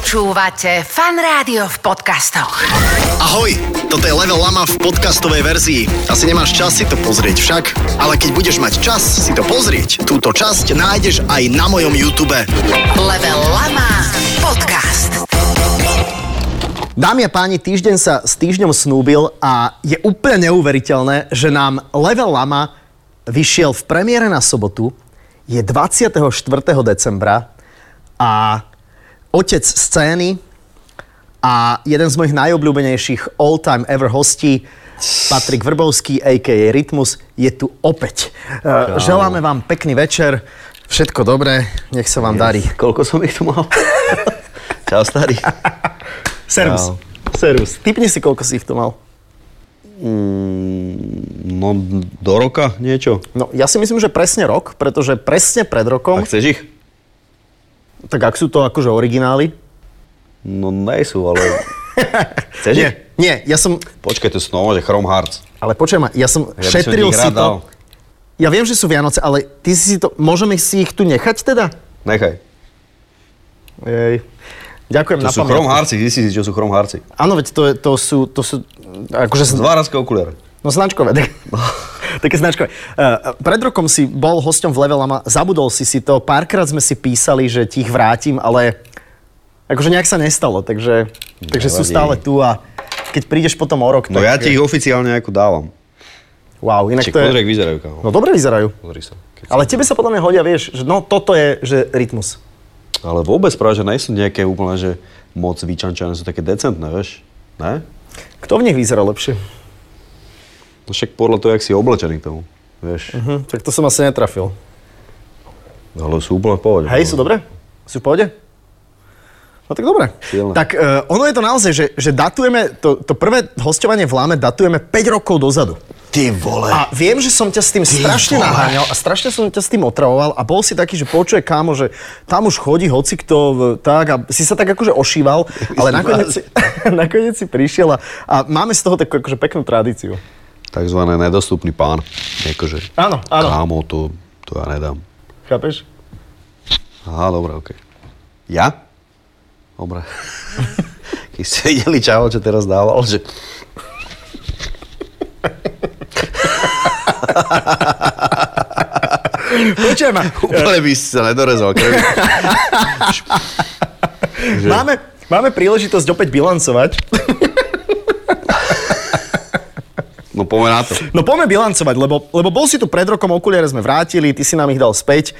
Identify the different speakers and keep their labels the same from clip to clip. Speaker 1: Počúvate Fan Rádio v podcastoch.
Speaker 2: Ahoj, toto je Level Lama v podcastovej verzii. Asi nemáš čas si to pozrieť však, ale keď budeš mať čas si to pozrieť, túto časť nájdeš aj na mojom YouTube.
Speaker 1: Level Lama Podcast.
Speaker 2: Dámy a páni, týždeň sa s týždňom snúbil a je úplne neuveriteľné, že nám Level Lama vyšiel v premiére na sobotu, je 24. decembra a otec scény a jeden z mojich najobľúbenejších all-time ever hostí, Patrik Vrbovský, a.k.a. Rytmus, je tu opäť. Uh, želáme vám pekný večer, všetko dobré, nech sa vám darí.
Speaker 3: Koľko som ich tu mal? Čau, starý. Čau.
Speaker 2: Servus. Servus. Typni si, koľko si ich tu mal.
Speaker 3: No, do roka niečo.
Speaker 2: No, ja si myslím, že presne rok, pretože presne pred
Speaker 3: A
Speaker 2: rokom, ak...
Speaker 3: chceš ich?
Speaker 2: tak ak sú to akože originály.
Speaker 3: No, nejsú, ale... Chceš ich?
Speaker 2: Nie, nie, ja som,
Speaker 3: Počkaj, to sú nové, že Chrome Hearts.
Speaker 2: ale počujem ma, ja
Speaker 3: Ja
Speaker 2: som
Speaker 3: by som
Speaker 2: šetril
Speaker 3: ich
Speaker 2: si
Speaker 3: rád
Speaker 2: to.
Speaker 3: dal.
Speaker 2: Ja viem, že sú Vianoce, ale ty si to, môžeme si ich tu nechať teda?
Speaker 3: Nechaj.
Speaker 2: Jej. Ďakujem
Speaker 3: To
Speaker 2: na
Speaker 3: sú
Speaker 2: pamiatku.
Speaker 3: Chrome Heartsy, zistí si, čo sú Chrome Heartsy.
Speaker 2: Áno, veď to, je, to sú, to sú, akože, s-
Speaker 3: Zváracké okuliare.
Speaker 2: no značkové, tak, také značkové. Uh, pred rokom si bol hosťom v Levelama, zabudol si si to, párkrát sme si písali, že ti ich vrátim, ale akože nejak sa nestalo, takže, takže sú
Speaker 3: Nevadí.
Speaker 2: stále tu a keď prídeš potom o rok,
Speaker 3: No ja ti ich oficiálne ako dávam.
Speaker 2: Wow, inak
Speaker 3: Ček,
Speaker 2: eh. to je...
Speaker 3: pozri, jak vyzerajú, kámo.
Speaker 2: No dobre vyzerajú.
Speaker 3: Pozri sa. Keď...
Speaker 2: Ale tebe sa podľa mňa hodia, vieš, že no toto je, že rytmus.
Speaker 3: Ale vôbec práve, že nie sú nejaké úplne, že moc vyčančané, sú také decentné, vieš? Ne?
Speaker 2: Kto v nich vyzerá lepšie?
Speaker 3: No však podľa toho, jak si oblečený k tomu, vieš.
Speaker 2: Hm, tak to som asi netrafil.
Speaker 3: No, Ale sú úplne v pohode.
Speaker 2: Hej, sú dobré? Sú v pohode? No tak dobre.
Speaker 3: Silné.
Speaker 2: Tak uh, ono je to naozaj, že, že datujeme, to, to prvé hostovanie v Lame datujeme 5 rokov dozadu.
Speaker 3: Ty vole.
Speaker 2: A viem, že som ťa s tým strašne
Speaker 3: Eh. vole.
Speaker 2: naháňal a strašne som ťa s tým otravoval a bol si taký, že počuje kámo, že tam už chodí hocikto, v- tak a si sa tak akože ošíval, ale
Speaker 3: si
Speaker 2: nakoniec si, nakoniec si prišiel a, a máme z toho takú akože peknú tradíciu.
Speaker 3: Takzvané nedostupný pán. Akože,
Speaker 2: Áno, áno.
Speaker 3: Kámo, to, to ja nedám.
Speaker 2: Chápeš?
Speaker 3: Aha, dobre, okej. Ja? Dobre. Keď ste videli čavo, čo teraz dával, že...
Speaker 2: Počujem ma.
Speaker 3: Úplne by si sa nedorezal krvi. Že-
Speaker 2: Máme, máme príležitosť opäť bilancovať.
Speaker 3: No poďme na to.
Speaker 2: No poďme bilancovať, lebo, lebo bol si tu pred rokom, okuliare sme vrátili, ty si nám ich dal späť.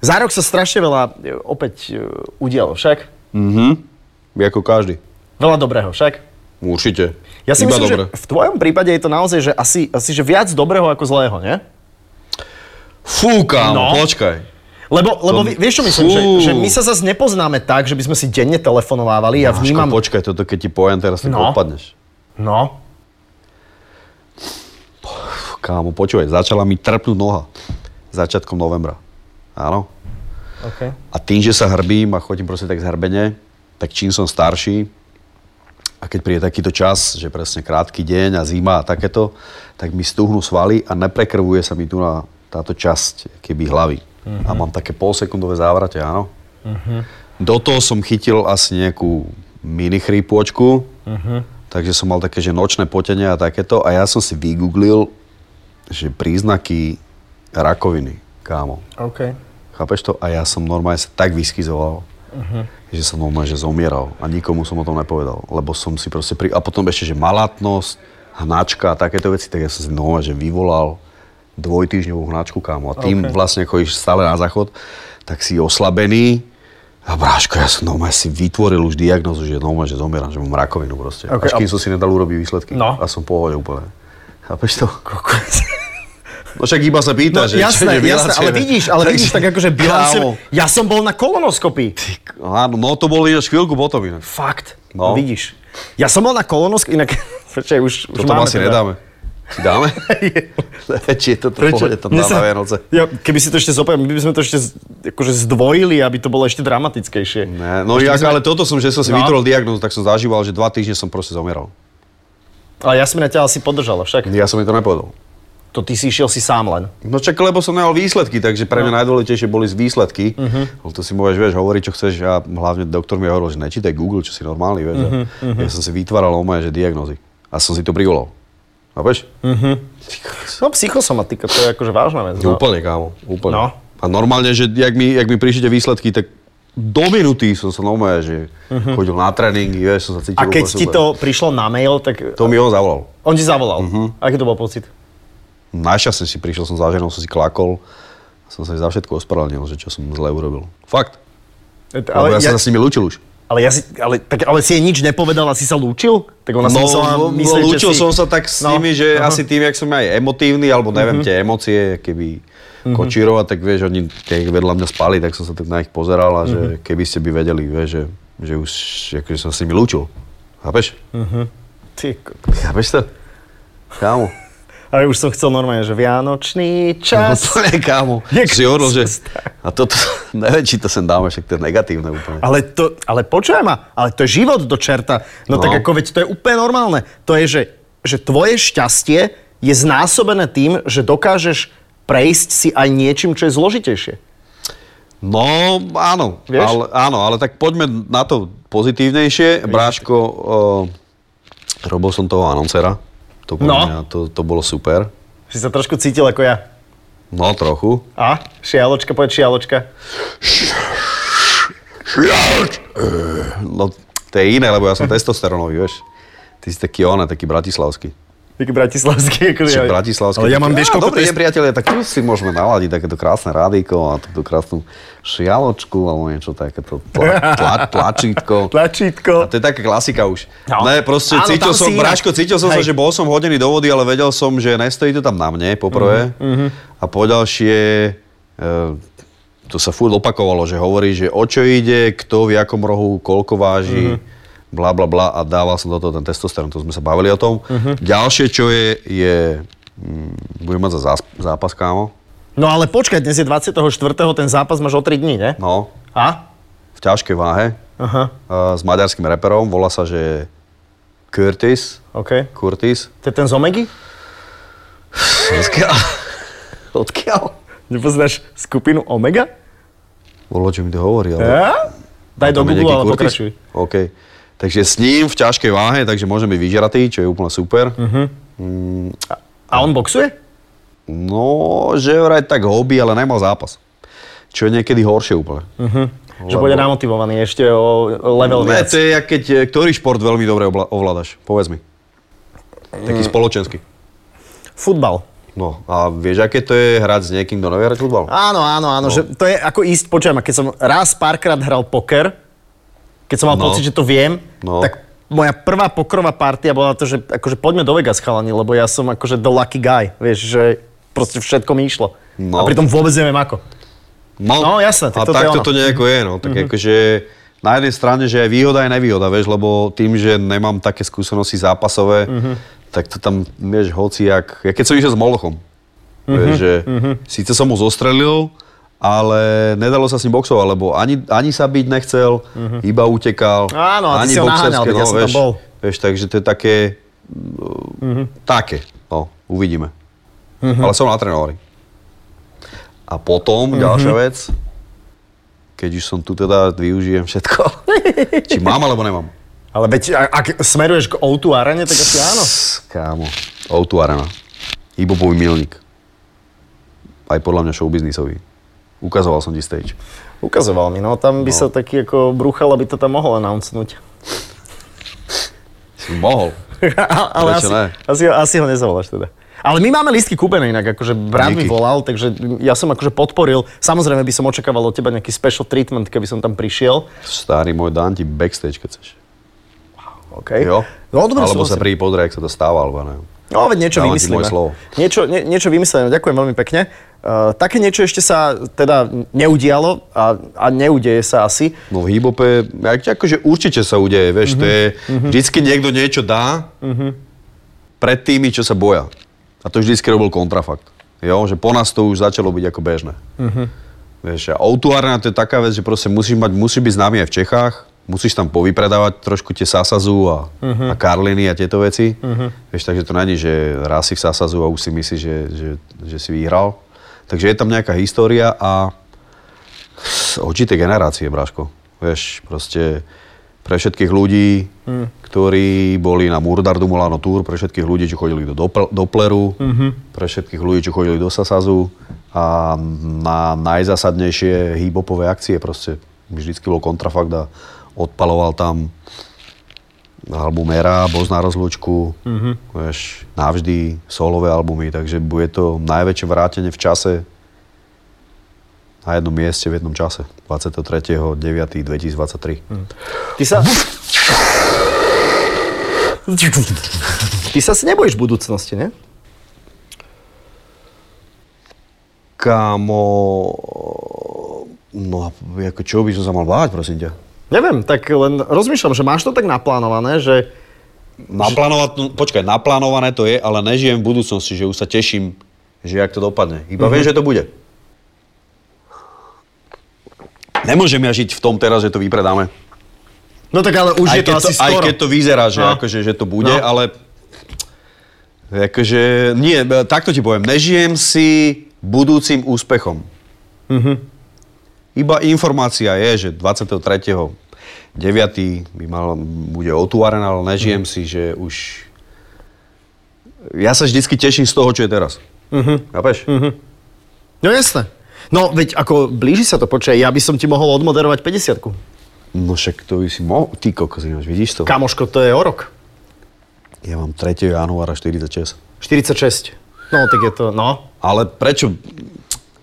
Speaker 2: Za rok sa strašne veľa e, opäť e, udialo však.
Speaker 3: Mhm. Ako každý. No,
Speaker 2: Veľa dobrého však.
Speaker 3: Určite.
Speaker 2: Ja si
Speaker 3: Iba
Speaker 2: myslím,
Speaker 3: dobre.
Speaker 2: že v tvojom prípade je to naozaj, že asi, asi že viac dobrého ako zlého, nie?
Speaker 3: Fú, kámo,
Speaker 2: No.
Speaker 3: počkaj.
Speaker 2: Lebo, lebo
Speaker 3: To-
Speaker 2: vi- vieš, čo myslím, že,
Speaker 3: Fú.
Speaker 2: že my sa zase nepoznáme tak, že by sme si denne telefonovávali, ja
Speaker 3: Máško,
Speaker 2: vnímam...
Speaker 3: počkaj, toto keď ti poviem, teraz tak
Speaker 2: No.
Speaker 3: no. odpadneš.
Speaker 2: No,
Speaker 3: Pf, Kámo, počúvaj, začala mi trpnúť noha. Začiatkom novembra. Áno.
Speaker 2: OK.
Speaker 3: A tým, že sa hrbím a chodím proste tak zhrbene, tak čím som starší a keď príde takýto čas, že presne krátky deň a zima a takéto, tak mi stuhnú svaly a neprekrvuje sa mi tu na táto časť keby hlavy. A mám také polsekundové závrate, áno. Do toho som chytil asi nejakú mini chrípôčku, takže som mal také, že nočné potenie a takéto a ja som si vygooglil, že príznaky rakoviny, kámo.
Speaker 2: OK.
Speaker 3: Chápeš to? A ja som normálne sa tak vyskyzoval,
Speaker 2: Mhm.
Speaker 3: uh-huh. že som normálne že zomieral a nikomu som o tom nepovedal, lebo som si proste pri... A potom ešte, že malatnosť, hnačka a takéto veci, tak ja som si normálne, že vyvolal dvojtýždňovú hnačku, kámo. A tým
Speaker 2: Ok.
Speaker 3: vlastne chodíš stále na záchod, tak si oslabený. A bráško, ja som normálne si vytvoril už diagnozu, že normálne, že zomieram, že mám rakovinu proste.
Speaker 2: Ok,
Speaker 3: Až
Speaker 2: a-
Speaker 3: kým som si nedal urobiť výsledky.
Speaker 2: No.
Speaker 3: A som v pohode úplne. Chápeš to? No však iba sa pýta,
Speaker 2: No,
Speaker 3: že...
Speaker 2: jasné,
Speaker 3: že
Speaker 2: jasné, ale
Speaker 3: bilancujeme.
Speaker 2: vidíš, ale vidíš tak akože
Speaker 3: Kámo.
Speaker 2: bilancem. Ja som bol na kolonoskopii.
Speaker 3: Áno, no to bolo ináč chvíľku potom inak.
Speaker 2: Fakt. No.
Speaker 3: No.
Speaker 2: vidíš. Ja som bol na kolonosk, inak... Prečo, už, už
Speaker 3: To tam
Speaker 2: máme
Speaker 3: asi
Speaker 2: teda.
Speaker 3: nedáme. Či dáme? Či je to v pohode, tam
Speaker 2: Mne
Speaker 3: dáme na Vianoce.
Speaker 2: Ja, keby si to ešte zopajem, my by sme to ešte z- akože zdvojili, aby to bolo ešte dramatickejšie.
Speaker 3: Ne, no jak, ale toto som, že som si
Speaker 2: No.
Speaker 3: vytvoril diagnózu, tak som zažíval, že dva týždne som proste zomieral.
Speaker 2: Ale ja som na ťa asi podržala však.
Speaker 3: Ja som mi to nepovedal.
Speaker 2: To ty si išiel si sám len.
Speaker 3: No čak, lebo som nejal výsledky, takže pre
Speaker 2: No.
Speaker 3: mňa najdôležitejšie boli z výsledky.
Speaker 2: Mhm.
Speaker 3: Uh-huh. To si môžeš, vieš, hovoriť, čo chceš a hlavne doktor mi hovoril, že nečítaj Google, čo si normálny, vieš.
Speaker 2: Mhm,
Speaker 3: Uh-huh. Ja som si vytváral o moje, že diagnózy. A som si to prigolol. A vieš? Uh-huh.
Speaker 2: No psychosomatika, to je akože vážna vec.
Speaker 3: No. Úplne, kámo, úplne.
Speaker 2: No.
Speaker 3: A normálne, že jak mi, jak mi prišli tie výsledky, tak do minúty som sa normálne, že uh-huh. chodil na tréningy, vieš, som sa cítil
Speaker 2: Mhm. A keď
Speaker 3: úplne
Speaker 2: ti
Speaker 3: super.
Speaker 2: to prišlo na mail, tak
Speaker 3: To Mhm. mi on zavolal.
Speaker 2: on ti zavolal. Uh-huh. Aký to bol pocit?
Speaker 3: Našťastie si prišiel som za ženou, som si klakol. Som sa jej za všetko ospravedlnil, že čo som zle urobil. Fakt. Ale ja, ja, sa s nimi lúčil už.
Speaker 2: ale, ja si, ale, tak, ale si jej nič nepovedal a si sa lúčil? Tak ona si musela myslieť, že
Speaker 3: lúčil
Speaker 2: si...
Speaker 3: No, som sa tak s
Speaker 2: No,
Speaker 3: nimi, že
Speaker 2: aha. Mhm.
Speaker 3: asi tým, jak som aj emotívny, alebo neviem, tie emócie, keby kočírova, tak vieš, oni keď vedľa mňa spali, tak som sa tak na nich pozeral a
Speaker 2: Mhm.
Speaker 3: že keby ste by vedeli, vieš, že, že už akože som s nimi lúčil. Chápeš?
Speaker 2: Mhm. Ty, ko-
Speaker 3: Chápeš to? Kámo.
Speaker 2: ale už som chcel normálne, že vianočný čas.
Speaker 3: Úplne, kámo.
Speaker 2: Je
Speaker 3: Si hovoril, že...
Speaker 2: krásne.
Speaker 3: A toto, neviem, či to sem dáme, však to je negatívne úplne.
Speaker 2: Ale, to, ale počúvaj ma, ale to je život do čerta.
Speaker 3: No.
Speaker 2: No, no tak ako veď to je úplne normálne. To je, že, že tvoje šťastie je znásobené tým, že dokážeš prejsť si aj niečím, čo je zložitejšie.
Speaker 3: No, áno.
Speaker 2: Vieš?
Speaker 3: Ale, áno, ale tak poďme na to pozitívnejšie. Bráško, uh, robil som toho anoncera. To, bolo
Speaker 2: No.
Speaker 3: mňa, to, to bolo super.
Speaker 2: Si sa trošku cítil ako ja.
Speaker 3: No, trochu.
Speaker 2: A? Šialočka, poď šialočka.
Speaker 3: No, to je iné, lebo ja som testosterónový, vieš. Ty si taký ona, taký bratislavský.
Speaker 2: Taký bratislavský. Akože
Speaker 3: Čiže
Speaker 2: ja-
Speaker 3: bratislavský.
Speaker 2: Ale ja mám,
Speaker 3: Á,
Speaker 2: vieš, koľko
Speaker 3: Dobre,
Speaker 2: test-
Speaker 3: je, priatelia, tak tu si môžeme naladiť takéto krásne rádiko a túto krásnu šialočku alebo niečo takéto tla, tla, tlačítko. A
Speaker 2: Tlačítko.
Speaker 3: to je taká klasika už.
Speaker 2: No.
Speaker 3: No. Ne, proste
Speaker 2: Áno,
Speaker 3: Áno, cítil
Speaker 2: tam
Speaker 3: som,
Speaker 2: si inak.
Speaker 3: Braško, cítil som sa,
Speaker 2: Hej.
Speaker 3: že bol som hodený do vody, ale vedel som, že nestojí to tam na mne, poprvé. Mm-hmm. A po ďalšie, e, to sa furt opakovalo, že hovorí, že o čo ide, kto v jakom rohu, koľko váži, mm-hmm. bla bla bla a dával som do toho ten testosterón, to sme sa bavili o tom. Mm-hmm. Ďalšie, čo je, je, mm, budem mať za zás- zápas, kámo.
Speaker 2: No ale počkaj, dnes je 24. ten zápas máš o 3 dní, ne?
Speaker 3: No,
Speaker 2: A?
Speaker 3: v ťažkej váhe,
Speaker 2: Aha,
Speaker 3: a s maďarským reperom, volá sa, že Curtis,
Speaker 2: OK.
Speaker 3: Curtis,
Speaker 2: To je ten z Omegy?
Speaker 3: Odkiaľ?
Speaker 2: Odkiaľ? Nepoznáš skupinu Omega?
Speaker 3: Bolo, čo mi to hovorí, ale...
Speaker 2: Ja? Daj E, do
Speaker 3: No. Tam je
Speaker 2: Google,
Speaker 3: nejaký
Speaker 2: ale
Speaker 3: Curtis?
Speaker 2: pokračuj.
Speaker 3: OK. Takže s ním v ťažkej váhe, takže môžem byť vyžratý, čo je úplne super.
Speaker 2: Mhm. A on boxuje?
Speaker 3: No, že vraj tak hobby, ale nemal zápas. Čo je niekedy horšie úplne.
Speaker 2: Mhm. Že bude namotivovaný ešte o level
Speaker 3: Ne,
Speaker 2: viac.
Speaker 3: to je, jak keď, e, ktorý šport veľmi dobre obla- ovládaš? Povedz mi. Taký
Speaker 2: Mm.
Speaker 3: spoločenský.
Speaker 2: Futbal.
Speaker 3: No a vieš, aké to je hrať s niekým, kto nevie hrať futbal?
Speaker 2: Áno, áno, áno. Že to je ako ísť, počujem, a keď som raz párkrát hral poker, keď som mal
Speaker 3: No.
Speaker 2: pocit, že to viem,
Speaker 3: No.
Speaker 2: tak moja prvá pokrová partia bola to, že akože poďme do Vegas, chalani, lebo ja som akože the lucky guy, vieš, že proste všetko mi išlo.
Speaker 3: No.
Speaker 2: A pritom vôbec neviem ako. No, jasné,
Speaker 3: a
Speaker 2: tak toto je
Speaker 3: takto
Speaker 2: ono. Mhm.
Speaker 3: to nejako je, no. Tak mm-hmm. akože na jednej strane, že je výhoda aj nevýhoda, vieš, lebo tým, že nemám také skúsenosti zápasové,
Speaker 2: Mhm.
Speaker 3: mm-hmm. tak to tam, vieš, hoci jak... Ja keď som išiel s Molochom,
Speaker 2: Mhm,
Speaker 3: mm-hmm. vieš, že mm-hmm. síce som mu zostrelil, ale nedalo sa s ním boxovať, lebo ani, ani sa byť nechcel, mm-hmm. iba utekal.
Speaker 2: Mhm. Áno, a ty
Speaker 3: ani
Speaker 2: si ho
Speaker 3: boxerské, no,
Speaker 2: naháňal, veď ja som tam
Speaker 3: vieš,
Speaker 2: bol. Mhm.
Speaker 3: Vieš, takže to je také... Mm-hmm. Také, no, uvidíme. Mm-hmm. Ale som natrenovaný. A potom
Speaker 2: Mhm.
Speaker 3: mm-hmm. ďalšia vec, keď už som tu teda, využijem všetko. Či mám alebo nemám?
Speaker 2: Ale veď, a- ak smeruješ k O2 arene, tak asi áno.
Speaker 3: Ss, Kámo, O2 Arena. Hip-hopový milník. Aj podľa mňa showbiznisový. Ukazoval som ti stage.
Speaker 2: Ukazoval mi, no tam by sa taký ako bruchal, aby to tam mohol announcnúť.
Speaker 3: Si mohol.
Speaker 2: Ale asi,
Speaker 3: Prečo ne?
Speaker 2: asi, asi ho nezavoláš teda. Ale my máme lístky kúpené inak, akože Brad mi
Speaker 3: Díky.
Speaker 2: volal, takže ja som akože podporil. Samozrejme by som očakával od teba nejaký special treatment, keby som tam prišiel.
Speaker 3: Starý môj, dám ti backstage, keď chceš.
Speaker 2: Okay.
Speaker 3: Jo?
Speaker 2: No, dobre,
Speaker 3: alebo sa
Speaker 2: som si-
Speaker 3: príď pozrieť, ak sa to stáva, alebo neviem.
Speaker 2: No, veď niečo
Speaker 3: Dávam ti
Speaker 2: vymyslíme.
Speaker 3: moje slovo.
Speaker 2: Niečo, nie, niečo vymyslíme, ďakujem veľmi pekne. Uh, také niečo ešte sa teda neudialo a, a neudeje sa asi.
Speaker 3: No v hip-hope, ak- akože určite sa udeje, vieš, to je, vždycky niekto niečo dá pred tými, čo sa boja. A to vždycky robil kontrafakt. Jo, že po nás to už začalo byť ako bežné. Vieš, a autuárna to je taká vec, že proste musíš, mať, musíš byť známy aj v Čechách, musíš tam povypredávať trošku tie Sasazu a, uh-huh. a Karliny a tieto veci. Uh-huh. Vieš, takže to není, že raz si v Sasazu a už si myslíš, že, že, že si vyhral. Takže je tam nejaká história a určité generácie, Braško. Vieš, proste pre všetkých ľudí, mm. ktorí boli na Murdardu Mulano Tour, pre všetkých ľudí, čo chodili do Dopl- Dopleru, mm-hmm. pre všetkých ľudí, čo chodili do Sasazu a na najzásadnejšie hýbopové akcie proste vždycky bol kontrafakt a odpaloval tam albumera, Boz na rozlúčku, mm-hmm. vieš, navždy solové albumy, takže bude to najväčšie vrátenie v čase na jednom mieste v jednom čase. 23.9.2023. Hmm.
Speaker 2: Ty sa... Ty sa si nebojíš budúcnosti, ne?
Speaker 3: Kámo... No a ako čo by som sa mal báť, prosím ťa?
Speaker 2: Neviem, tak len rozmýšľam, že máš to tak naplánované, že...
Speaker 3: Naplánované, no, počkaj, naplánované to je, ale nežijem v budúcnosti, že už sa teším, že jak to dopadne. Iba mm-hmm. viem, že to bude. Nemôžem ja žiť v tom teraz, že to vypredáme.
Speaker 2: No tak ale už
Speaker 3: aj
Speaker 2: je to
Speaker 3: keď
Speaker 2: asi
Speaker 3: to, Aj
Speaker 2: skoro.
Speaker 3: keď to vyzerá, že, no.
Speaker 2: No.
Speaker 3: akože, že to bude,
Speaker 2: No.
Speaker 3: no. ale... Akože, nie, e, takto ti poviem. Nežijem si budúcim úspechom. Mm-hmm.
Speaker 2: Mhm.
Speaker 3: Iba informácia je, že 23. 9. by mal, bude otúvarená, ale nežijem
Speaker 2: Mhm.
Speaker 3: mm. si, že už... Ja sa vždycky teším z toho, čo je teraz.
Speaker 2: Mhm.
Speaker 3: Mm-hmm. Chápeš? Mm-hmm.
Speaker 2: No jasné. No veď ako blíži sa to, počkaj, ja by som ti mohol odmoderovať 50
Speaker 3: No však to by si mohol... Ty kokos, ináč, vidíš to?
Speaker 2: Kamoško, to je o rok.
Speaker 3: Ja mám 3. januára 46.
Speaker 2: 46. No tak je to, no.
Speaker 3: Ale prečo?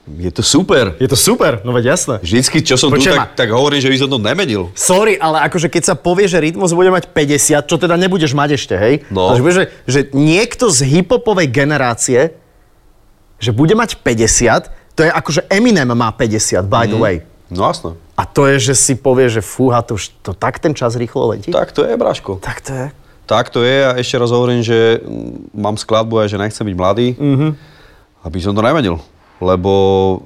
Speaker 3: Je to super.
Speaker 2: Je to super, no veď jasné.
Speaker 3: Vždycky, čo som
Speaker 2: Počujem
Speaker 3: tu,
Speaker 2: ma.
Speaker 3: tak, tak hovorím, že by som to nemenil.
Speaker 2: Sorry, ale akože keď sa povie, že rytmus bude mať 50, čo teda nebudeš mať ešte, hej?
Speaker 3: No.
Speaker 2: Takže bude, že, že niekto z hipopovej generácie, že bude mať 50, to je akože Eminem má 50, by the way.
Speaker 3: No jasno.
Speaker 2: A to je, že si povie, že fúha, to už to tak ten čas rýchlo letí?
Speaker 3: Tak to je, Braško.
Speaker 2: tak to je.
Speaker 3: Tak to je a ešte raz hovorím, že mm, mám skladbu aj, že nechcem byť mladý,
Speaker 2: Mhm.
Speaker 3: mm-hmm. aby som to nemenil. Lebo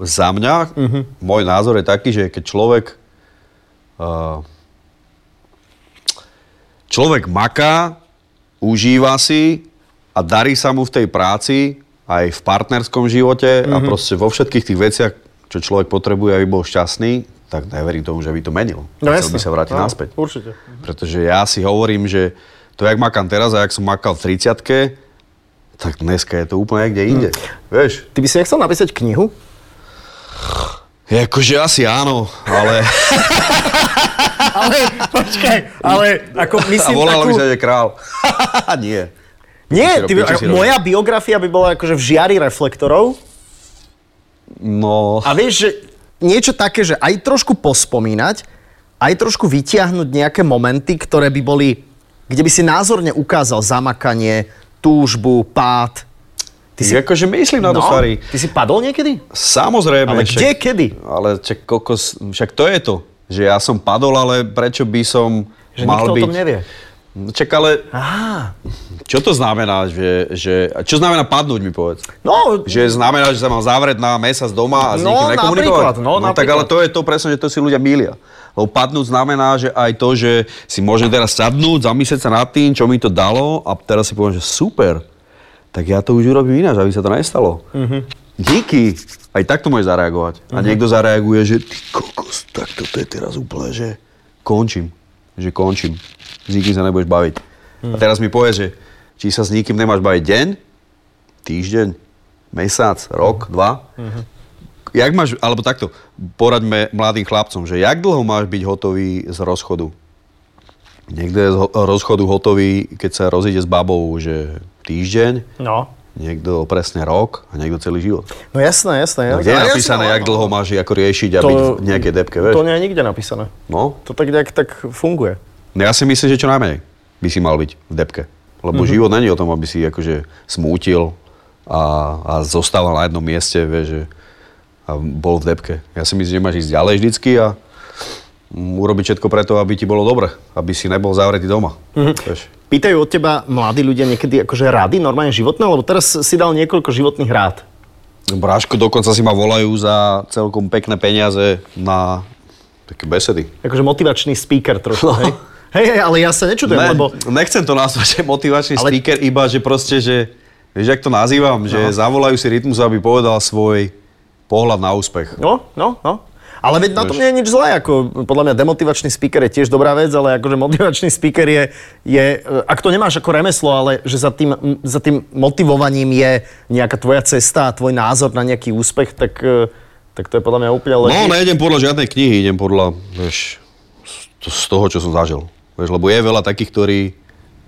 Speaker 3: za mňa,
Speaker 2: Mhm.
Speaker 3: mm-hmm. môj názor je taký, že keď človek uh, človek maká, užíva si a darí sa mu v tej práci, aj v partnerskom živote
Speaker 2: Mhm.
Speaker 3: mm-hmm. a proste vo všetkých tých veciach, čo človek potrebuje, aby bol šťastný, tak neverím tomu, že by to menil. Chcel by sa vrátiť
Speaker 2: No,
Speaker 3: naspäť.
Speaker 2: Určite.
Speaker 3: Pretože ja si hovorím, že to, jak makám teraz a jak som makal v 30 tak dneska je to úplne niekde inde. Vieš?
Speaker 2: Ty by si nechcel napísať knihu?
Speaker 3: Akože asi áno, ale
Speaker 2: Ale, počkaj, ale ako
Speaker 3: a
Speaker 2: myslím
Speaker 3: volal
Speaker 2: takú...
Speaker 3: by sa, že král. Nie.
Speaker 2: Nie,
Speaker 3: Čo si
Speaker 2: ty,
Speaker 3: rob- čo si robíš?
Speaker 2: moja biografia by bola akože v žiari reflektorov.
Speaker 3: No,
Speaker 2: A vieš, že niečo také, že aj trošku pospomínať, aj trošku vytiahnuť nejaké momenty, ktoré by boli, kde by si názorne ukázal zamakanie, túžbu, pád. Ty si...
Speaker 3: akože myslím na to, starý.
Speaker 2: ty si padol niekedy?
Speaker 3: Samozrejme.
Speaker 2: Ale kde,
Speaker 3: však-
Speaker 2: kedy?
Speaker 3: Ale čak, kokos, však to je to, že ja som padol, ale prečo by som
Speaker 2: Že
Speaker 3: mal
Speaker 2: nikto
Speaker 3: byť...
Speaker 2: o tom nevie.
Speaker 3: No, Čak, ale
Speaker 2: Á,
Speaker 3: čo to znamená, že, že... Čo znamená padnúť, mi povedz?
Speaker 2: no,
Speaker 3: Že znamená, že sa mám zavrieť na mesiac doma a s
Speaker 2: No,
Speaker 3: nikým nekomunikovať?
Speaker 2: napríklad, no,
Speaker 3: tak
Speaker 2: napríklad.
Speaker 3: ale to je to presne, že to si ľudia mília. Lebo padnúť znamená, že aj to, že si môžem teraz sadnúť, zamyslieť sa nad tým, čo mi to dalo a teraz si poviem, že super, tak ja to už urobím ináč, aby sa to nestalo.
Speaker 2: Mhm.
Speaker 3: Díky. Aj tak to môže zareagovať. A niekto zareaguje, že ty kokos, tak toto je teraz úplne, že končím. Že končím. S nikým sa nebudeš baviť. A
Speaker 2: Mhm.
Speaker 3: teraz mi povie, že či sa s nikým nemáš baviť deň, týždeň, mesiac, rok, dva. Jak máš, alebo takto, poraďme mladým chlapcom, že jak dlho máš byť hotový z rozchodu? Niekto je z ho- rozchodu hotový, keď sa rozíde s babou, že týždeň,
Speaker 2: no.
Speaker 3: niekto presne rok a niekto celý život.
Speaker 2: No jasné, jasné.
Speaker 3: No, kde je
Speaker 2: Ale jasné,
Speaker 3: napísané,
Speaker 2: áno.
Speaker 3: jak dlho máš ako riešiť a
Speaker 2: To-
Speaker 3: byť v nejakej depke, vieš?
Speaker 2: To nie je nikde napísané.
Speaker 3: No,
Speaker 2: To tak nejak tak funguje.
Speaker 3: no ja si myslím, že čo najmenej by si mal byť v depke. Lebo mm-hmm. život není o tom, aby si akože smútil a, a zostával na jednom mieste, vieš, že a bol v depke. Ja si myslím, že máš ísť ďalej vždycky a mm, urobiť všetko preto, aby ti bolo dobre, aby si nebol zavretý doma. Mm-hmm. Vieš.
Speaker 2: Pýtajú od teba mladí ľudia niekedy akože rady, normálne životné, lebo teraz si dal niekoľko životných rád.
Speaker 3: Bráško, dokonca si ma volajú za celkom pekné peniaze na Také besedy.
Speaker 2: Akože motivačný speaker trošku, hej? Hej, hej, ale ja sa
Speaker 3: No.
Speaker 2: nečudujem,
Speaker 3: Ne,
Speaker 2: lebo...
Speaker 3: Nechcem to nazvať že motivačný ale...
Speaker 2: Ale-
Speaker 3: speaker, iba že proste, že... Vieš, jak to nazývam? Že zavolajú si Rytmus, aby povedal svoj pohľad na úspech.
Speaker 2: No, no, no. Ale veď na tom nie je nič zlé, ako podľa mňa demotivačný speaker je tiež dobrá vec, ale akože motivačný speaker je, je e, ak to nemáš ako remeslo, ale že za tým, m, za tým motivovaním je nejaká tvoja cesta a tvoj názor na nejaký úspech, tak, e, tak to je podľa mňa úplne
Speaker 3: No,
Speaker 2: lepšie.
Speaker 3: nejdem podľa žiadnej knihy, idem podľa, vieš, z- z toho, čo som zažil. Vieš, lebo je veľa takých, ktorí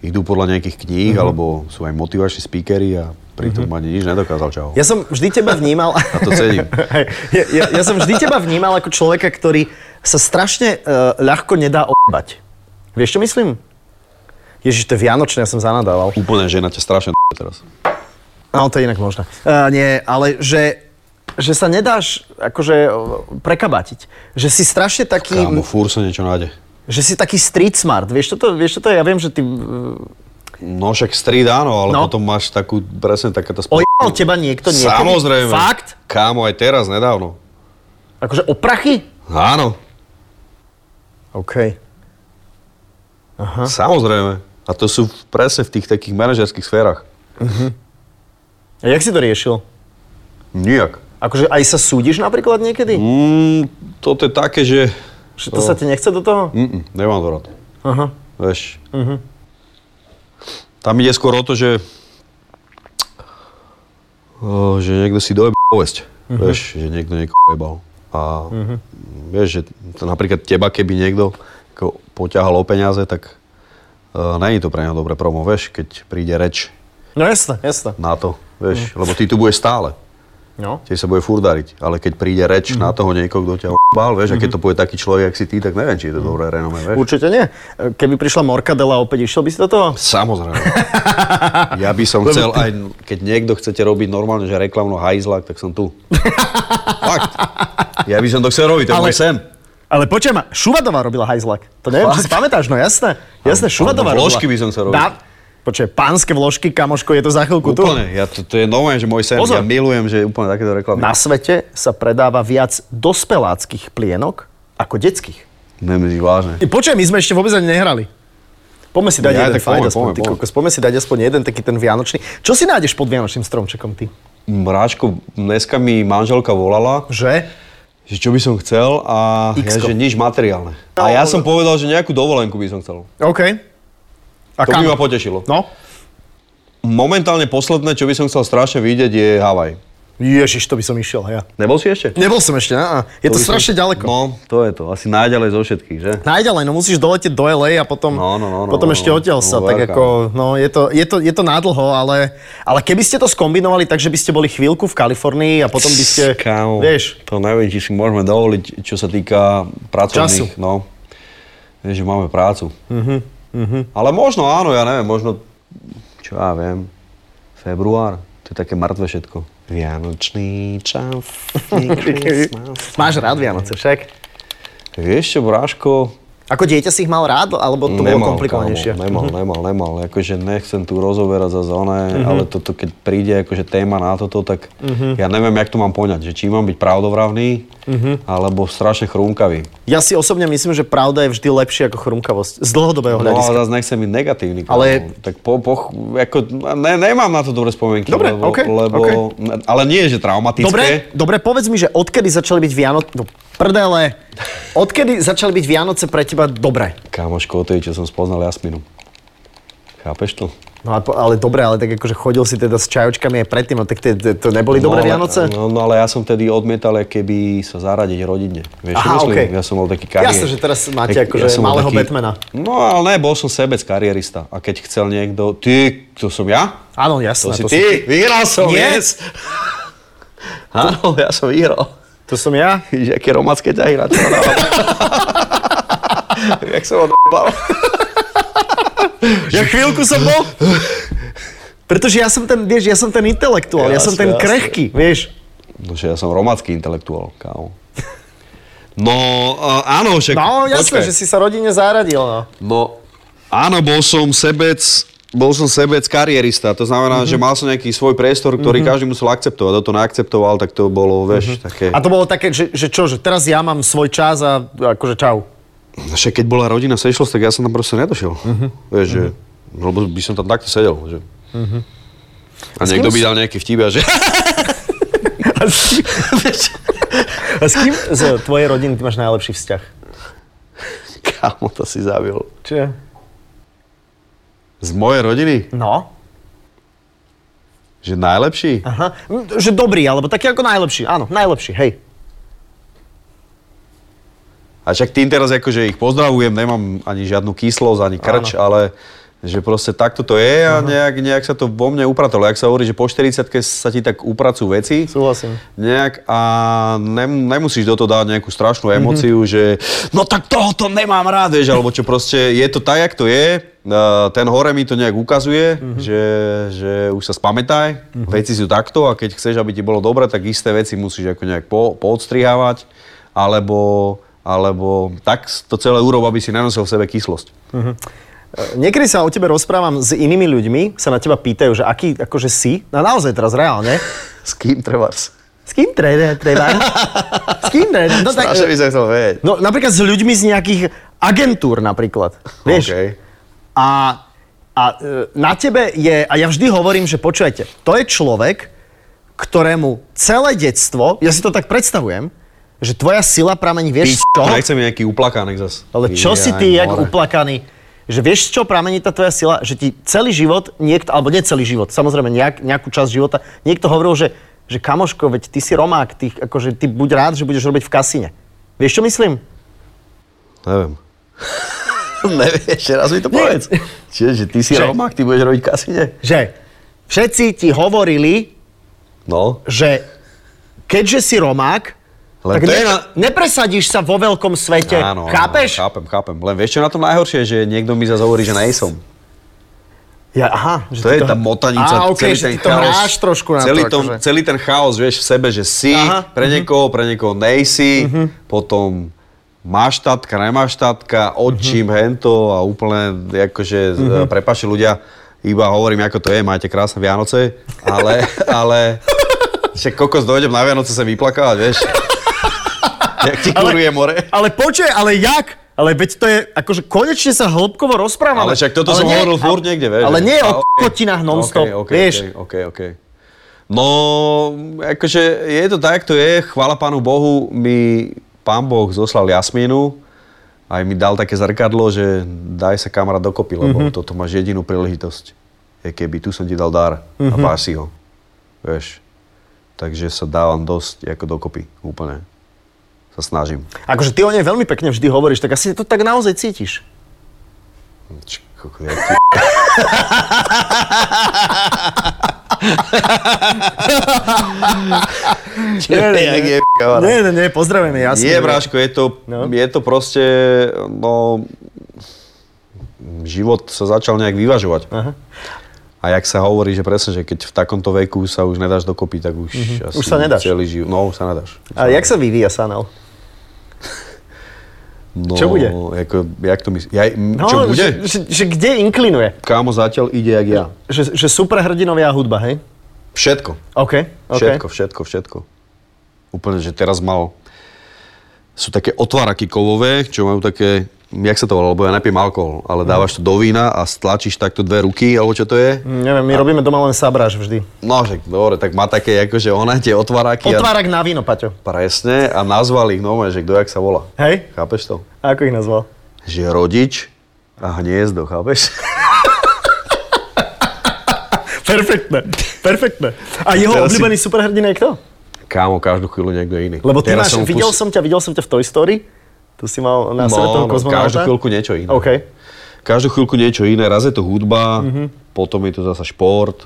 Speaker 3: idú podľa nejakých kníh,
Speaker 2: Mhm.
Speaker 3: alebo sú aj motivační speakery a pritom ani nič nedokázal, čau.
Speaker 2: Ja som vždy teba vnímal...
Speaker 3: A to cením.
Speaker 2: Hej, ja, ja, ja som vždy teba vnímal ako človeka, ktorý sa strašne uh, ľahko nedá obať. Vieš, čo myslím? Ježiš, to je vianočné, ja som zanadával.
Speaker 3: Úplne, že na ťa strašne teraz.
Speaker 2: No, to je inak možné. Uh, nie, ale že, že sa nedáš akože eh, prekabatiť. Že si strašne taký,
Speaker 3: Kámo, fúr sa niečo nájde.
Speaker 2: že si taký street smart. Vieš, čo to, vieš, čo to je? Ja viem, že ty... Uh,
Speaker 3: No však street áno, ale
Speaker 2: No.
Speaker 3: potom máš takú, presne takáto spoločnosť.
Speaker 2: ojebal teba niekto niekedy?
Speaker 3: Samozrejme.
Speaker 2: Fakt?
Speaker 3: Kámo, aj teraz, nedávno.
Speaker 2: Akože o prachy?
Speaker 3: Áno,
Speaker 2: OK.
Speaker 3: samozrejme. A to sú v- presne v tých takých manažerských sférach.
Speaker 2: A jak si to riešil?
Speaker 3: Nijak.
Speaker 2: Akože aj sa súdiš napríklad niekedy? Mm.
Speaker 3: Mm, toto je také, že...
Speaker 2: Že to sa ti nechce do toho?
Speaker 3: Mm, nemám to rád.
Speaker 2: Aha. Mhm.
Speaker 3: Vieš. Tam ide skôr o to, že... O, že niekto si dojebal povesť.
Speaker 2: Mhm.
Speaker 3: Vieš, že niekto niekoho jebal. A vieš, že t- napríklad teba, keby niekto ako poťahal o peniaze, tak uh, není to pre neho dobré promo, vieš, keď príde reč
Speaker 2: No jasné, jasné.
Speaker 3: na to, vieš, lebo ty tu budeš stále.
Speaker 2: No.
Speaker 3: Tiež sa bude furdariť, ale keď príde reč
Speaker 2: Mhm.
Speaker 3: na toho niekoho, kto ťa obal, vieš, a keď to bude taký človek, jak si ty, tak neviem, či je to dobré renome, vieš.
Speaker 2: Určite nie. Keby prišla Morkadela opäť, išiel by si do toho?
Speaker 3: Samozrejme. Ja by som chcel aj, keď niekto chcete robiť normálne, že reklamnú hajzlak, tak som tu. Fakt. Ja by som to chcel robiť, to
Speaker 2: Ale-
Speaker 3: ale... sem.
Speaker 2: Ale počuj ma, Šuvadová robila hajzlak. To neviem, či si pamätáš, no jasné. Jasné,
Speaker 3: Áno,
Speaker 2: Šuvadová
Speaker 3: áno,
Speaker 2: robila.
Speaker 3: vložky by som chcel robiť.
Speaker 2: počuj, pánske vložky, kamoško, je to za chvíľku tu.
Speaker 3: Úplne, ja, to, to je nové, že môj sen, ja
Speaker 2: Pozor.
Speaker 3: milujem, že úplne takéto reklamy.
Speaker 2: Na svete sa predáva viac dospeláckých plienok ako detských.
Speaker 3: Nemyslíš vážne.
Speaker 2: I počuj, my sme ešte vôbec ani nehrali. Poďme si dať
Speaker 3: Ja,
Speaker 2: jeden
Speaker 3: tak
Speaker 2: fight,
Speaker 3: poďme,
Speaker 2: aspoň,
Speaker 3: poďme,
Speaker 2: ty
Speaker 3: poďme.
Speaker 2: kokos. Poďme si dať aspoň jeden taký ten vianočný. Čo si nájdeš pod vianočným stromčekom, ty?
Speaker 3: Mráčko, dneska mi manželka volala,
Speaker 2: Že?
Speaker 3: že čo by som chcel a ja,
Speaker 2: X-ko.
Speaker 3: že nič materiálne. A ja som povedal, že nejakú dovolenku by som chcel.
Speaker 2: OK. A
Speaker 3: To by ma potešilo.
Speaker 2: No?
Speaker 3: Momentálne posledné, čo by som chcel strašne vidieť, je Havaj.
Speaker 2: Ježiš, to by som išiel, ja.
Speaker 3: Nebol si ešte?
Speaker 2: Nebol som ešte, á, á. je
Speaker 3: by
Speaker 2: to,
Speaker 3: som-
Speaker 2: strašne ďaleko.
Speaker 3: No, to je to. Asi najďalej zo všetkých, že?
Speaker 2: Najďalej, no musíš doletieť do LA a potom,
Speaker 3: No, no, no, no, no,
Speaker 2: potom ešte
Speaker 3: no.
Speaker 2: odtiaľ sa,
Speaker 3: No,
Speaker 2: tak
Speaker 3: veľká.
Speaker 2: ako, no je to, je to, je to nádlho, ale, ale keby ste to skombinovali tak, že by ste boli chvíľku v Kalifornii a potom by ste,
Speaker 3: Kámo,
Speaker 2: vieš,
Speaker 3: to neviem, či si môžeme dovoliť, čo sa týka pracovných,
Speaker 2: Času. Mhm,
Speaker 3: no. Vieš, že máme prácu. Ale možno áno, ja neviem, možno, čo ja viem, február, to je také mŕtve všetko. Vianočný čas, Christmas.
Speaker 2: máš rád Vianoce však.
Speaker 3: Vieš čo, Bráško,
Speaker 2: Ako dieťa si ich mal rád, alebo to bolo komplikovanejšie? Mhm.
Speaker 3: Kámo, nemal, nemal, nemal. Akože nechcem tu rozoberať za zóne, ale toto, keď príde akože téma na toto, tak
Speaker 2: Mhm.
Speaker 3: ja neviem, jak to mám poňať. Že či mám byť pravdovravný, alebo strašne No, chrúmkavý.
Speaker 2: Ja si osobne myslím, že pravda je vždy lepšia ako chrumkavosť. Z dlhodobého
Speaker 3: No ale
Speaker 2: hľadiska.
Speaker 3: zase nechcem byť negatívny. kámo.
Speaker 2: Ale-
Speaker 3: Tak po, po, ako, ne, nemám na to dobré spomienky.
Speaker 2: Dobre,
Speaker 3: lebo,
Speaker 2: okej,
Speaker 3: lebo, Ale nie, že traumatické.
Speaker 2: Dobre, dobre, povedz mi, že odkedy začali byť Vianoce... No, prdele. Odkedy začali byť Vianoce pre teba dobré?
Speaker 3: Kámoško, to je, čo som spoznal Jasminu. Chápeš to?
Speaker 2: No ale, po- ale dobre, ale tak akože chodil si teda s čajočkami aj predtým, no tak tie- tie- to neboli dobré
Speaker 3: ale-
Speaker 2: Vianoce?
Speaker 3: No, no ale ja som tedy odmietal ako keby sa zaradiť rodine. Vieš, čo
Speaker 2: Aha,
Speaker 3: myslím?
Speaker 2: okej.
Speaker 3: Ja som bol taký kariér.
Speaker 2: Jasné, že teraz máte akože
Speaker 3: som bol
Speaker 2: malého Batmana.
Speaker 3: No ale ne, bol som sebec karierista. A keď chcel niekto, ty, to som ja?
Speaker 2: Áno, jasné.
Speaker 3: To si ty, vyhral som,
Speaker 2: Nie.
Speaker 3: yes! Áno, ja som vyhral.
Speaker 2: to som ja.
Speaker 3: Vidíš, aké romacké ťahy na to dávam. Jak som ho d***bal.
Speaker 2: Ja chvíľku som bol. Pretože ja som ten, vieš, ja som ten intelektuál, ja som
Speaker 3: Jasné,
Speaker 2: ten
Speaker 3: jasné.
Speaker 2: krehký, vieš.
Speaker 3: No, že ja som romacký intelektuál, kámo. No, uh, áno, však...
Speaker 2: No jasné,
Speaker 3: počkaj.
Speaker 2: že si sa rodine zaradil, no.
Speaker 3: No, áno, bol som sebec, Bol som sebec karierista, to
Speaker 2: Mhm.
Speaker 3: znamená, mm-hmm. že mal som nejaký svoj priestor, ktorý mm-hmm. každý musel akceptovať. Kto to neakceptoval, tak to bolo, vieš, mm-hmm. také...
Speaker 2: Mhm. A to bolo také, že, že čo, že teraz ja mám svoj čas a akože čau.
Speaker 3: Však keď bola rodina Seychelles, tak ja som tam proste nedošiel.
Speaker 2: Mhm.
Speaker 3: Uh-huh. Vieš, uh-huh. že, lebo by som tam takto sedel. Že...
Speaker 2: Mhm.
Speaker 3: Uh-huh. A niekto by dal nejaký vtip a že...
Speaker 2: A s kým, a s kým z tvojej rodiny ty máš najlepší vzťah?
Speaker 3: Kámo, to si zabil.
Speaker 2: Čo?
Speaker 3: Z mojej rodiny?
Speaker 2: No.
Speaker 3: Že najlepší?
Speaker 2: Aha. M, Že dobrý, alebo taký ako najlepší. Áno, najlepší, hej.
Speaker 3: A však tým teraz akože ich pozdravujem, nemám ani žiadnu kyslosť, ani krč, Áno. ale že proste takto to je a nejak, nejak sa to vo mne upratalo. Jak sa hovorí, že po 40 sa ti tak upracujú veci,
Speaker 2: Súhlasím.
Speaker 3: nejak a nem, nemusíš do toho dávať nejakú strašnú
Speaker 2: Mhm.
Speaker 3: emociu, mm-hmm. že no tak tohoto nemám rád, vieš, alebo čo proste je to tak, jak to je. Uh, ten hore mi to nejak ukazuje, mm-hmm.
Speaker 2: Mhm.
Speaker 3: že, že už sa spamätaj, mm-hmm. veci sú takto a keď chceš, aby ti bolo dobre, tak isté veci musíš ako nejak po, poodstrihávať, alebo, alebo tak to celé urob, aby si nenosil v sebe kyslosť.
Speaker 2: Niekedy sa o tebe rozprávam s inými ľuďmi, sa na teba pýtajú, že aký akože si, no naozaj teraz reálne,
Speaker 3: S kým trebárs?
Speaker 2: s kým treba, treba? s kým treba, no tak,
Speaker 3: Strašne by som chcel vedieť.
Speaker 2: no napríklad s ľuďmi z nejakých agentúr napríklad, vieš,
Speaker 3: Okej.
Speaker 2: A, a e, na tebe je, a ja vždy hovorím, že počujete, to je človek, ktorému celé detstvo, ja si to tak predstavujem, že tvoja sila
Speaker 3: Pič,
Speaker 2: pramení, vieš z čoho?
Speaker 3: Nechcem nejaký uplakánek zas.
Speaker 2: Ale čo si
Speaker 3: Jaj,
Speaker 2: ty, jak
Speaker 3: more.
Speaker 2: uplakaný? Že vieš, z čoho pramení tá tvoja sila? Že ti celý život, niekto, alebo nie celý život, samozrejme nejak, nejakú časť života, niekto hovoril, že, že kamoško, veď ty si Romák, ty, akože, ty buď rád, že budeš robiť v kasíne. Vieš, čo myslím?
Speaker 3: Neviem. Nevieš, raz mi to povedz. Čiže, že ty si
Speaker 2: Že-
Speaker 3: Romák, ty budeš robiť kasine?
Speaker 2: Že všetci ti hovorili,
Speaker 3: No.
Speaker 2: že keďže si Romák,
Speaker 3: Len
Speaker 2: tak
Speaker 3: to je
Speaker 2: ne,
Speaker 3: na-
Speaker 2: nepresadíš sa vo veľkom svete.
Speaker 3: Áno,
Speaker 2: Chápeš?
Speaker 3: Áno, chápem, chápem. Len vieš, čo je na tom najhoršie, že niekto mi zase hovorí, že nejsom.
Speaker 2: Ja, aha, že
Speaker 3: To
Speaker 2: ty
Speaker 3: je tá motanica,
Speaker 2: Á, okay, že ty to hráš trošku na
Speaker 3: celý,
Speaker 2: to. akože-
Speaker 3: tom- celý ten chaos, vieš, v sebe, že si
Speaker 2: Aha, mhm.
Speaker 3: pre niekoho, pre niekoho nejsi, potom máš štátka, nemáš štátka, odčím,
Speaker 2: Mhm.
Speaker 3: hento a úplne, akože, mm prepači ľudia, iba hovorím, ako to je, máte krásne Vianoce, ale, ale, však kokos dojdem na Vianoce sa vyplakávať, vieš. Jak ti kuruje more.
Speaker 2: Ale počuj, ale jak? Ale veď to je, akože konečne sa hĺbkovo rozprávame.
Speaker 3: Ale však toto som
Speaker 2: nie-
Speaker 3: hovoril furt niekde, vieš.
Speaker 2: Ale
Speaker 3: že-
Speaker 2: nie
Speaker 3: A
Speaker 2: o
Speaker 3: okej.
Speaker 2: kotinách non-stop,
Speaker 3: Okej, okej,
Speaker 2: vieš.
Speaker 3: okej, okej, okej. No, akože je to tak, to je. Chvála Pánu Bohu, mi Pán Boh zoslal Jasmínu. Aj mi dal také zrkadlo, že daj sa kamera dokopy,
Speaker 2: Mhm.
Speaker 3: lebo mm-hmm. toto máš jedinú príležitosť. Je keby tu som ti dal dar mm-hmm. a
Speaker 2: Mhm.
Speaker 3: máš si ho. Vieš. Takže sa dávam dosť ako dokopy. Úplne. Sa snažím.
Speaker 2: Akože ty o nej veľmi pekne vždy hovoríš, tak asi to tak naozaj cítiš.
Speaker 3: Č- koko, ja ti- Čo
Speaker 2: Nie, nie,
Speaker 3: je, jak
Speaker 2: nie.
Speaker 3: je, kamarát?
Speaker 2: Nie, nie, nie, pozdravujeme, jasne.
Speaker 3: Nie, Bráško, je to,
Speaker 2: No.
Speaker 3: no. je to proste, no, život sa začal nejak vyvažovať. Aha. A jak sa hovorí, že presne, že keď v takomto veku sa už nedáš dokopy, tak už mm-hmm. asi
Speaker 2: Mhm. Už sa nedáš.
Speaker 3: celý život, no, už sa nedáš.
Speaker 2: A jak sa vyvíja Sanel?
Speaker 3: No,
Speaker 2: čo bude?
Speaker 3: Ako, jak to myslíš? Ja, m,
Speaker 2: No,
Speaker 3: čo bude?
Speaker 2: Že, No. že, že kde inklinuje?
Speaker 3: Kámo zatiaľ ide jak ja.
Speaker 2: Že, že superhrdinovia a hudba, hej?
Speaker 3: Všetko.
Speaker 2: OK, OK.
Speaker 3: Všetko, všetko, všetko. Úplne, že teraz mal... Sú také otváraky kovové, čo majú také... Jak sa to volá? Lebo ja nepijem alkohol,
Speaker 2: Mm.
Speaker 3: ale dávaš to do vína a stlačíš takto dve ruky, alebo čo to je?
Speaker 2: Mm, Neviem, my robíme doma len sabráž vždy.
Speaker 3: No, že dobre, tak má také, akože ona tie otváraky.
Speaker 2: Otvárak na víno, Paťo.
Speaker 3: A, presne, a nazval ich nové, že kto jak sa volá.
Speaker 2: Hej?
Speaker 3: Chápeš to?
Speaker 2: A ako ich nazval?
Speaker 3: Že rodič a hniezdo, chápeš?
Speaker 2: Perfektné, perfektné. A jeho
Speaker 3: Teraz si-
Speaker 2: obľúbený superhrdina je kto?
Speaker 3: Kámo, každú chvíľu niekto iný.
Speaker 2: Lebo ty
Speaker 3: Teraz
Speaker 2: máš, som
Speaker 3: mu
Speaker 2: videl
Speaker 3: pust-
Speaker 2: som ťa, videl som ťa v Toy Story, tu si mal na sebe toho
Speaker 3: no,
Speaker 2: kozmonauta.
Speaker 3: každú chvíľku niečo iné.
Speaker 2: OK.
Speaker 3: Každú chvíľku niečo iné. Raz je to hudba,
Speaker 2: Mhm.
Speaker 3: potom je to zasa šport.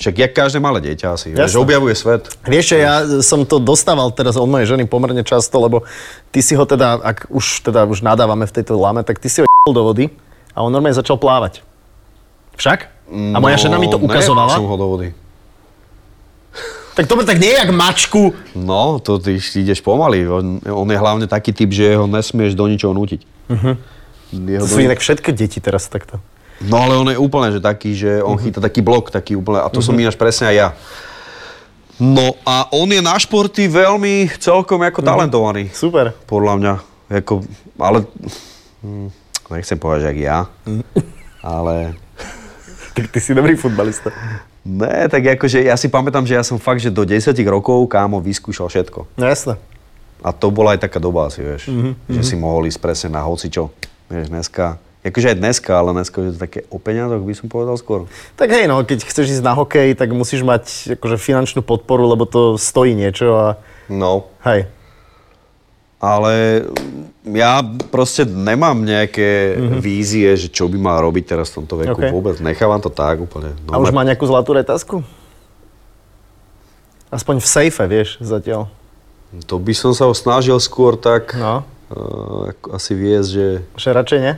Speaker 3: Však jak každé malé dieťa asi, vieš,
Speaker 2: Jasné.
Speaker 3: objavuje svet.
Speaker 2: Vieš, že ja som to dostával teraz od mojej ženy pomerne často, lebo ty si ho teda, ak už teda už nadávame v tejto lame, tak ty si ho jebol do vody a on normálne začal plávať. Však? A moja žena mi to
Speaker 3: No,
Speaker 2: ukazovala.
Speaker 3: nejebal som ho do vody.
Speaker 2: tak dobre, tak nie je jak mačku.
Speaker 3: No, to ty si ideš pomaly. On, on je hlavne taký typ, že ho nesmieš do ničoho nutiť.
Speaker 2: Mhm. To
Speaker 3: Jeho
Speaker 2: No, sú inak všetky deti teraz takto.
Speaker 3: No ale on je úplne, že taký, že
Speaker 2: Mhm.
Speaker 3: on chytá taký blok, taký úplne, a to som ináč presne aj ja. No a on je na športy veľmi celkom ako
Speaker 2: Mhm.
Speaker 3: talentovaný,
Speaker 2: Super.
Speaker 3: podľa mňa. Jako, ale, hm, nechcem povedať, že jak ja, ale
Speaker 2: Tak ty si dobrý futbalista.
Speaker 3: Ne, tak akože ja si pamätám, že ja som fakt, že do 10 rokov kámo vyskúšal všetko.
Speaker 2: No jasné.
Speaker 3: A to bola aj taká doba asi, vieš,
Speaker 2: Mhm,
Speaker 3: mm-hmm. že si mohol ísť presne na hocičo. Vieš, dneska, akože aj dneska, ale dneska je to také o peňazoch, by som povedal skôr.
Speaker 2: Tak hej, no, keď chceš ísť na hokej, tak musíš mať akože finančnú podporu, lebo to stojí niečo a
Speaker 3: No.
Speaker 2: hej.
Speaker 3: Ale hm, ja proste nemám nejaké mm-hmm. vízie, že čo by mal robiť teraz v tomto veku
Speaker 2: Mhm. OK.
Speaker 3: okay. vôbec. Nechávam to tak úplne. No,
Speaker 2: A už má nejakú zlatú retasku? Aspoň v sejfe, vieš, zatiaľ.
Speaker 3: To by som sa snažil skôr tak no.
Speaker 2: No,
Speaker 3: uh, asi viesť, že
Speaker 2: že radšej nie?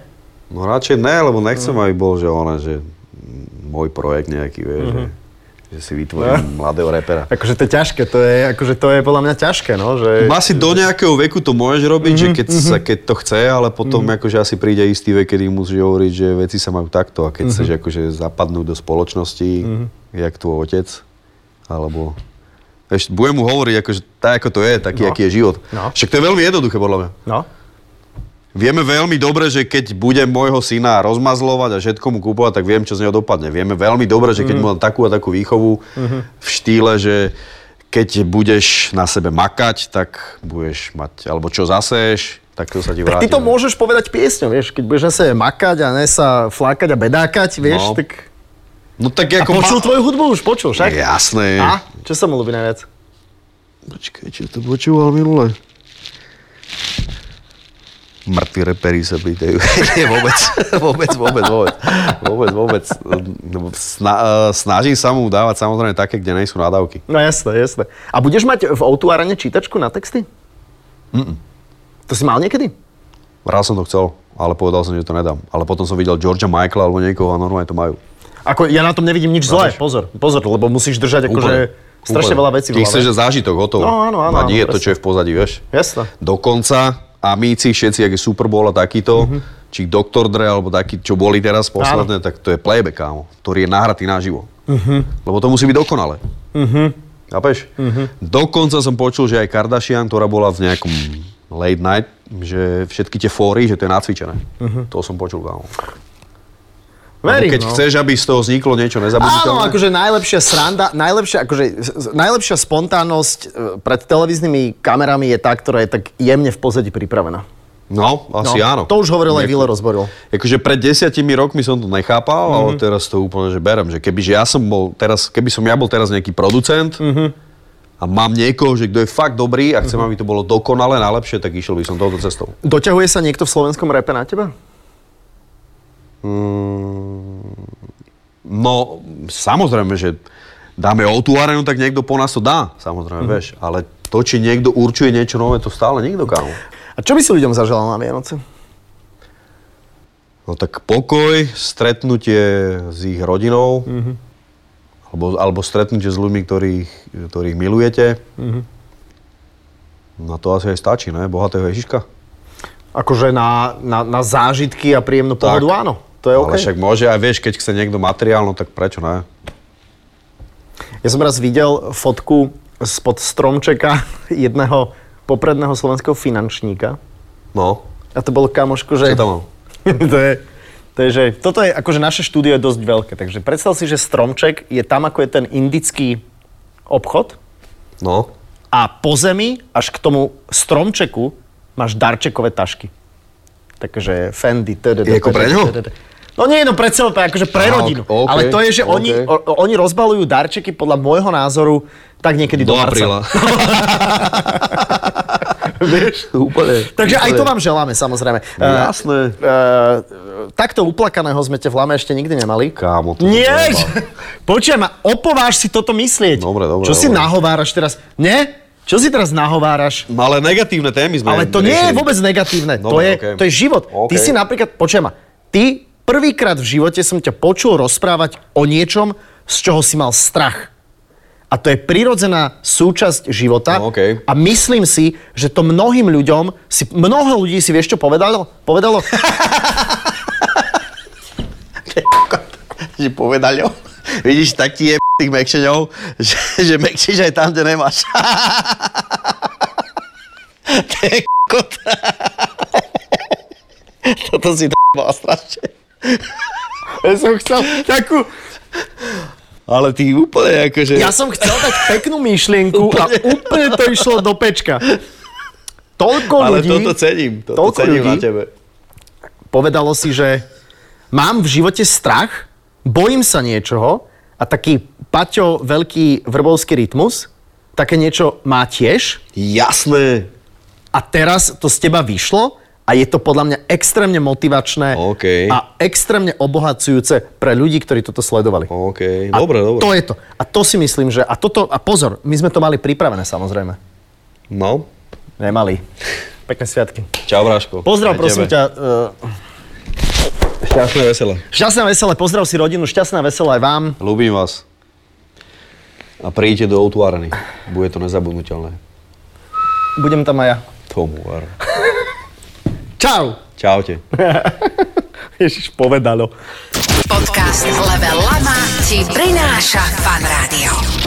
Speaker 3: No radšej ne, lebo nechcem,
Speaker 2: Mhm.
Speaker 3: aby bol, že ona, že mm, môj projekt nejaký, vieš,
Speaker 2: Mhm.
Speaker 3: mm-hmm. že, že si vytvorím mladého repera.
Speaker 2: Akože to je ťažké, to je, akože to je podľa mňa ťažké, no, že...
Speaker 3: Asi do nejakého veku to môžeš robiť, mm-hmm.
Speaker 2: Mhm,
Speaker 3: že keď, sa, keď to chce, ale potom mm-hmm. akože asi príde istý vek, kedy musíš hovoriť, že veci sa majú takto a keď mm-hmm. chceš
Speaker 2: Mhm.
Speaker 3: akože zapadnúť do spoločnosti, mm-hmm. jak tvoj otec, alebo ešte budem mu hovoriť, akože tak ako to je, taký,
Speaker 2: No.
Speaker 3: no. aký je život.
Speaker 2: No.
Speaker 3: Však to je veľmi jednoduché podľa mňa.
Speaker 2: No,
Speaker 3: Vieme veľmi dobre, že keď budem môjho syna rozmazlovať a všetko mu kúpovať, tak viem, čo z neho dopadne. Vieme veľmi dobre, že
Speaker 2: Mhm.
Speaker 3: keď mu dám takú a takú výchovu v štýle, že keď budeš na sebe makať, tak budeš mať, alebo čo zaseješ, tak to sa ti
Speaker 2: tak
Speaker 3: vráti.
Speaker 2: ty to môžeš povedať piesňou, vieš, keď budeš na sebe makať a ne sa flákať a bedákať, vieš,
Speaker 3: No.
Speaker 2: tak...
Speaker 3: No tak
Speaker 2: A
Speaker 3: ako...
Speaker 2: počul
Speaker 3: ma-
Speaker 2: tvoju hudbu už, počul, však?
Speaker 3: Jasné.
Speaker 2: A? Čo sa mu ľúbi najviac?
Speaker 3: Počkaj, čo to počúval minule? Mŕtvi reperi sa pýtajú. Nie, vôbec, vôbec, vôbec, vôbec. Vôbec, vôbec. Lebo Sna- eh, snažím sa mu dávať samozrejme také, kde nejsú nadávky.
Speaker 2: No jasné, jasné. A budeš mať v o arene čítačku na texty? Mm-mm. To si mal niekedy?
Speaker 3: Raz som to chcel, ale povedal som, že to nedám. Ale potom som videl Georgia Michaela alebo niekoho a normálne to majú.
Speaker 2: Ako, ja na tom nevidím nič zlé, pozor, pozor, lebo musíš držať akože strašne veľa vecí v
Speaker 3: Ty chceš
Speaker 2: hlave.
Speaker 3: že zážitok, hotovo.
Speaker 2: No, áno, áno,
Speaker 3: A
Speaker 2: áno,
Speaker 3: nie je to,
Speaker 2: presne.
Speaker 3: čo je v pozadí, vieš.
Speaker 2: Jasné.
Speaker 3: Dokonca amíci, všetci, jak je Super Bowl a takýto,
Speaker 2: Mhm.
Speaker 3: či Dr. Dre, alebo taký, čo boli teraz posledné, tak to je playback, kámo, ktorý je nahratý naživo.
Speaker 2: Mhm.
Speaker 3: Lebo to musí byť dokonale. Chápeš? Dokonca som počul, že aj Kardashian, ktorá bola v nejakom late night, že všetky tie fóry, že to je nacvičené. To som počul, kámo. Lebo
Speaker 2: Verím,
Speaker 3: keď
Speaker 2: Mhm. no.
Speaker 3: chceš, aby z toho vzniklo niečo nezabudnutelné.
Speaker 2: Áno, akože najlepšia sranda, najlepšia, akože, z- z- najlepšia spontánnosť e, pred televíznymi kamerami je tá, ktorá je tak jemne v pozadí pripravená.
Speaker 3: No, asi áno.
Speaker 2: To už hovoril aj
Speaker 3: Nieko-
Speaker 2: Vilo Rozboril.
Speaker 3: Akože pred desiatimi rokmi som to nechápal, mm-hmm. ale teraz to úplne, že berem, že keby, že ja som bol teraz, keby som ja bol teraz nejaký producent mm-hmm. a mám niekoho, že kto je fakt dobrý a chcem, mm-hmm. aby to bolo dokonale najlepšie, tak išiel by som touto cestou.
Speaker 2: Doťahuje sa niekto v slovenskom repe na teba?
Speaker 3: No, samozrejme, že dáme o tú arenu, tak niekto po nás to dá, samozrejme, mm-hmm. vieš, ale to, či niekto určuje niečo nové, to stále niekto kámo.
Speaker 2: A čo by si ľuďom zaželal na Vianoce?
Speaker 3: No tak pokoj, stretnutie s ich rodinou,
Speaker 2: Mhm.
Speaker 3: mm-hmm. alebo, alebo stretnutie s ľuďmi, ktorých, ktorých milujete. Mm-hmm.
Speaker 2: Mhm.
Speaker 3: No to asi aj stačí, ne? Bohatého Ježiška.
Speaker 2: Akože na, na, na zážitky a príjemnú
Speaker 3: Tak.
Speaker 2: pohodu, áno. To je OK.
Speaker 3: Ale však môže aj vieš, keď chce niekto materiálno, tak prečo ne?
Speaker 2: Ja som raz videl fotku spod stromčeka jedného popredného slovenského finančníka.
Speaker 3: No,
Speaker 2: A to bolo kamoško, že...
Speaker 3: čo tam mám?
Speaker 2: to je, to je, že toto je, akože naše štúdio je dosť veľké, takže predstav si, že stromček je tam, ako je ten indický obchod
Speaker 3: No,
Speaker 2: a po zemi až k tomu stromčeku máš darčekové tašky. Takže Fendi, td.
Speaker 3: Je ako pre ňo?
Speaker 2: No nie, no pre celé, akože pre
Speaker 3: Aha,
Speaker 2: rodinu.
Speaker 3: ok, ok,
Speaker 2: Ale to je, že oni,
Speaker 3: ok.
Speaker 2: o, oni rozbalujú darčeky podľa môjho názoru tak niekedy do,
Speaker 3: do
Speaker 2: marca.
Speaker 3: apríla.
Speaker 2: Vieš?
Speaker 3: úplne.
Speaker 2: Takže aj to vám želáme, samozrejme. Eh,
Speaker 3: No, Jasné.
Speaker 2: Eh, takto uplakaného sme ťa v Lame ešte nikdy nemali.
Speaker 3: Kámo, to
Speaker 2: Nie!
Speaker 3: som
Speaker 2: Počujem ma, opováž si toto myslieť.
Speaker 3: Dobre, dobre,
Speaker 2: Čo si
Speaker 3: dobre.
Speaker 2: nahováraš teraz? Nie? Čo si teraz nahováraš?
Speaker 3: No ale negatívne témy sme
Speaker 2: Ale to nie je
Speaker 3: riešili.
Speaker 2: vôbec negatívne. to,
Speaker 3: Dobre,
Speaker 2: je,
Speaker 3: okej.
Speaker 2: to je život. Ty
Speaker 3: Okej.
Speaker 2: si napríklad, počujem ma, ty prvýkrát v živote som ťa počul rozprávať o niečom, z čoho si mal strach. A to je prirodzená súčasť života.
Speaker 3: No, okej.
Speaker 2: A myslím si, že to mnohým ľuďom, si, mnoho ľudí si vieš čo povedalo? Povedalo,
Speaker 4: že povedal jo. Vidíš, tak ti je tých mekšeňov, že, že mekšíš aj tam, kde nemáš. to je kot. Toto si to strašne.
Speaker 2: Ja som chcel takú...
Speaker 4: Ale ty úplne akože...
Speaker 2: Ja som chcel dať peknú myšlienku a úplne to išlo do pečka. Toľko
Speaker 4: Ale
Speaker 2: ľudí
Speaker 4: toto cením, toto
Speaker 2: toľko
Speaker 4: cením na
Speaker 2: ľudí-
Speaker 4: tebe.
Speaker 2: povedalo si, že mám v živote strach, bojím sa niečoho a taký Paťo veľký vrbovský rytmus, také niečo má tiež
Speaker 4: Jasné.
Speaker 2: a teraz to z teba vyšlo a je to podľa mňa extrémne motivačné
Speaker 4: OK.
Speaker 2: a extrémne obohacujúce pre ľudí, ktorí toto sledovali.
Speaker 4: OK,
Speaker 2: A
Speaker 4: dobre, dobre.
Speaker 2: To je to. A to si myslím, že... A toto... A pozor, my sme to mali pripravené samozrejme.
Speaker 4: No,
Speaker 2: Nemali. Pekné sviatky.
Speaker 4: čau Braško.
Speaker 2: Pozdrav
Speaker 4: Aj
Speaker 2: prosím
Speaker 4: tebe.
Speaker 2: ťa. Uh,
Speaker 4: Šťastné veselé.
Speaker 2: šťastné a veselé, pozdrav si rodinu, šťastné a veselé aj vám.
Speaker 4: Ľúbim vás. A príďte do outvárny. Bude to nezabudnutelné.
Speaker 2: Budem tam aj ja.
Speaker 4: Tomu var.
Speaker 2: Čau!
Speaker 4: Čaute.
Speaker 2: Ježiš, povedalo.
Speaker 1: Podcast Level Lama ti prináša Fan Rádio.